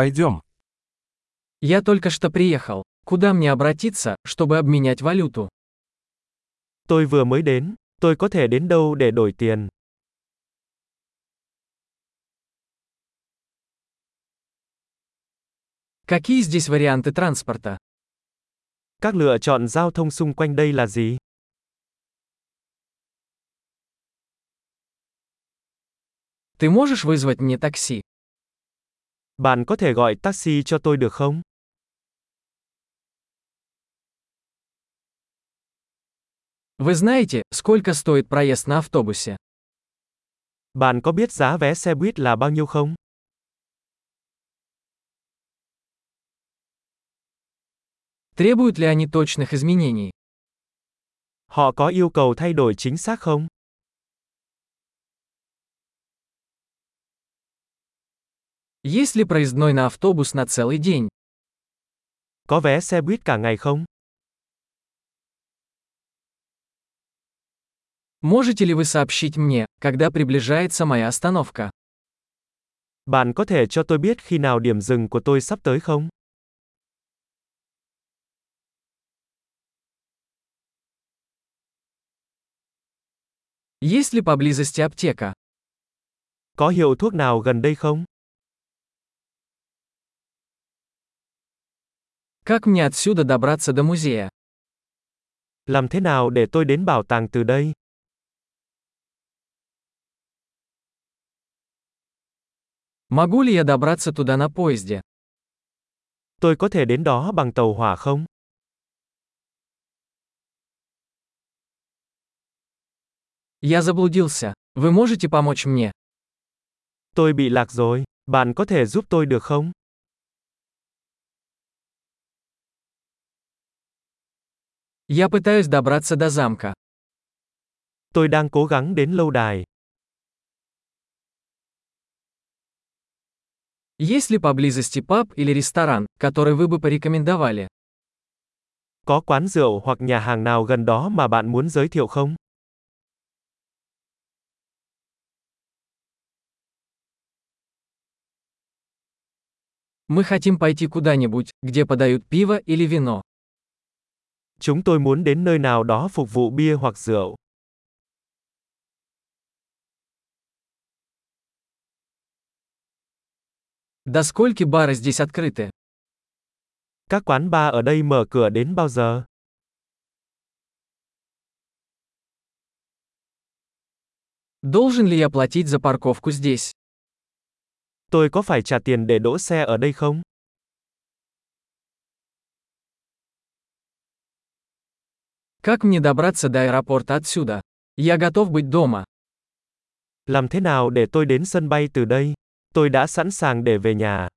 Пойдем. Я только что приехал. Куда мне обратиться, чтобы обменять валюту? Tôi vừa mới đến, tôi có thể đến đâu để đổi tiền? Какие здесь варианты транспорта? Các lựa chọn giao thông xung quanh đây là gì? Ты можешь вызвать мне такси? Bạn có thể gọi taxi cho tôi được không? Вы знаете, сколько стоит проезд на автобусе? Bạn có biết giá vé xe buýt là bao nhiêu không? Требуют ли они точных изменений? Họ có yêu cầu thay đổi chính xác không? Есть ли проездной на автобус на целый день? Có vé xe buýt cả ngày không? Можете ли вы сообщить мне, когда приближается моя остановка? Bạn có thể cho tôi biết khi nào điểm dừng của tôi sắp tới không? Есть ли поблизости аптека? Có hiệu thuốc nào gần đây không? Как мне отсюда добраться до музея? Làm thế nào để tôi đến bảo tàng từ đây? Могу ли я добраться туда на поезде? Tôi có thể đến đó bằng tàu hỏa không? Я заблудился. Вы можете помочь мне? Tôi bị lạc rồi, bạn có thể giúp tôi được không? Я пытаюсь добраться до замка. Tôi đang cố gắng đến lâu đài. Есть ли поблизости паб или ресторан, который вы бы порекомендовали? Có quán rượu hoặc nhà hàng nào gần đó mà bạn muốn giới thiệu không? Мы хотим пойти куда-нибудь, где подают пиво или вино. Chúng tôi muốn đến nơi nào đó phục vụ bia hoặc rượu. До скольки бары здесь открыты? Các quán bar ở đây mở cửa đến bao giờ? Должен ли я платить за парковку здесь? Tôi có phải trả tiền để đỗ xe ở đây không? Как мне добраться до аэропорта отсюда? Я готов быть дома. Làm thế nào để tôi đến sân bay từ đây? Tôi đã sẵn sàng để về nhà.